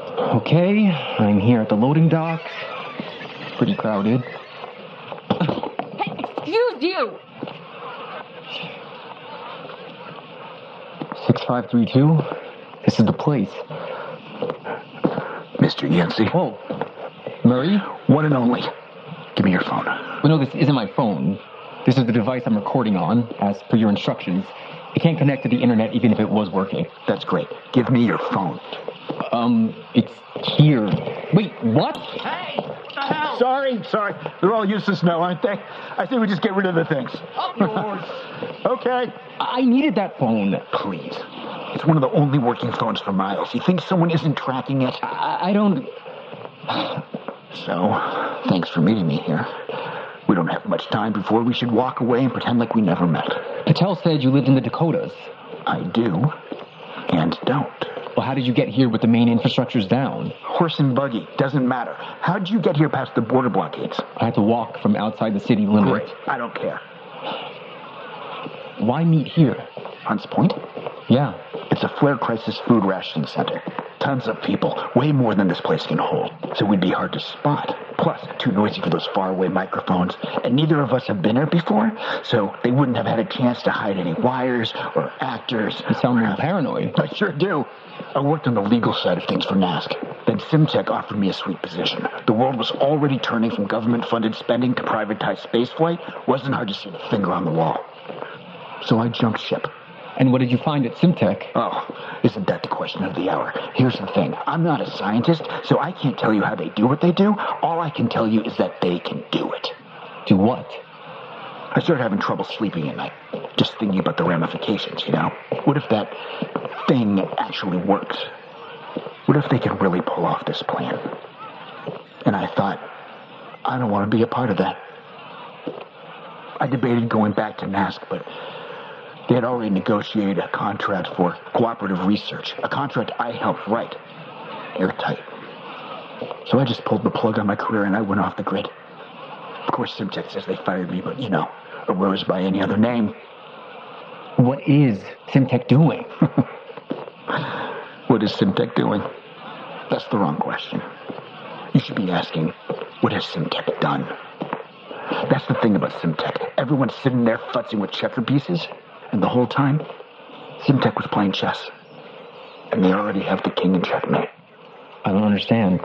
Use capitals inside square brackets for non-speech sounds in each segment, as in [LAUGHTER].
Okay, I'm here at the loading dock. Pretty crowded. Hey, excuse you! 6532? This is the place. Mr. Yancey. Whoa. Murray? One and only. Give me your phone. Well, no, this isn't my phone. This is the device I'm recording on, as per your instructions. It can't connect to the internet even if it was working. That's great. Give me your phone. Um, it's here. Wait, what? Hey, what the hell? Sorry, sorry. They're all useless now, aren't they? I think we just get rid of the things. Up yours. [LAUGHS] Okay. I needed that phone. Please. It's one of the only working phones for miles. You think someone isn't tracking it? I, I don't. So, thanks for meeting me here. We don't have much time before we should walk away and pretend like we never met. Patel said you lived in the Dakotas. I do and don't. Well, how did you get here with the main infrastructures down? Horse and buggy, doesn't matter. How'd you get here past the border blockades? I had to walk from outside the city limit. Great. I don't care. Why meet here? Hunts Point? Yeah. It's a flare crisis food rationing center. Tons of people, way more than this place can hold. So we'd be hard to spot. Plus, too noisy for those faraway microphones. And neither of us have been here before, so they wouldn't have had a chance to hide any wires or actors. Uh, You sound a little paranoid. [LAUGHS] I sure do. I worked on the legal side of things for NASC. Then Simtech offered me a sweet position. The world was already turning from government funded spending to privatized spaceflight. Wasn't hard to see the finger on the wall. So I jumped ship. And what did you find at Simtech? Oh, isn't that the question of the hour? Here's the thing I'm not a scientist, so I can't tell you how they do what they do. All I can tell you is that they can do it. Do what? I started having trouble sleeping at night, just thinking about the ramifications, you know? What if that thing actually works? What if they could really pull off this plan? And I thought, I don't want to be a part of that. I debated going back to NASC, but they had already negotiated a contract for cooperative research, a contract I helped write. Airtight. So I just pulled the plug on my career and I went off the grid. Of course, Simtech says they fired me, but you know, a rose by any other name. What is Simtech doing? What is Simtech doing? That's the wrong question. You should be asking, what has Simtech done? That's the thing about Simtech. Everyone's sitting there futzing with checker pieces, and the whole time, Simtech was playing chess. And they already have the king in checkmate. I don't understand.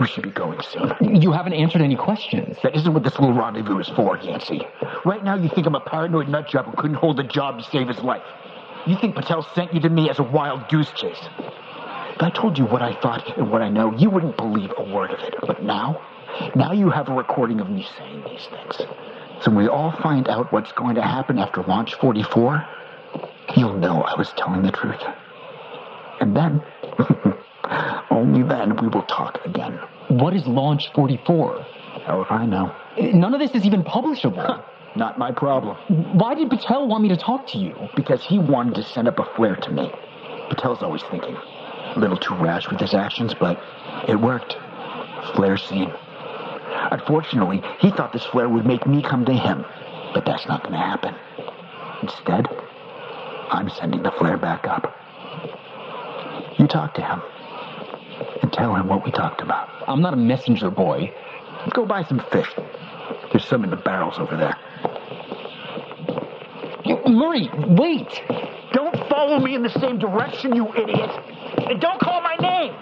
We should be going soon. You haven't answered any questions. That isn't what this little rendezvous is for, Yancey. Right now, you think I'm a paranoid nut job who couldn't hold a job to save his life. You think Patel sent you to me as a wild goose chase. If I told you what I thought and what I know, you wouldn't believe a word of it. But now, now you have a recording of me saying these things. So when we all find out what's going to happen after Launch 44, you'll know I was telling the truth. And then, [LAUGHS] only then, we will talk again. What is Launch 44? How if I know? None of this is even publishable. Not my problem. Why did Patel want me to talk to you? because he wanted to send up a flare to me. Patel's always thinking. A little too rash with his actions, but it worked. Flare scene. Unfortunately, he thought this flare would make me come to him, but that's not going to happen. Instead, I'm sending the flare back up. You talk to him and tell him what we talked about. I'm not a messenger boy. Go buy some fish. There's some in the barrels over there. You- Murray, wait! Don't follow me in the same direction, you idiot! And don't call my name!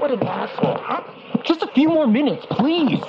What an asshole, huh? Just a few more minutes, please!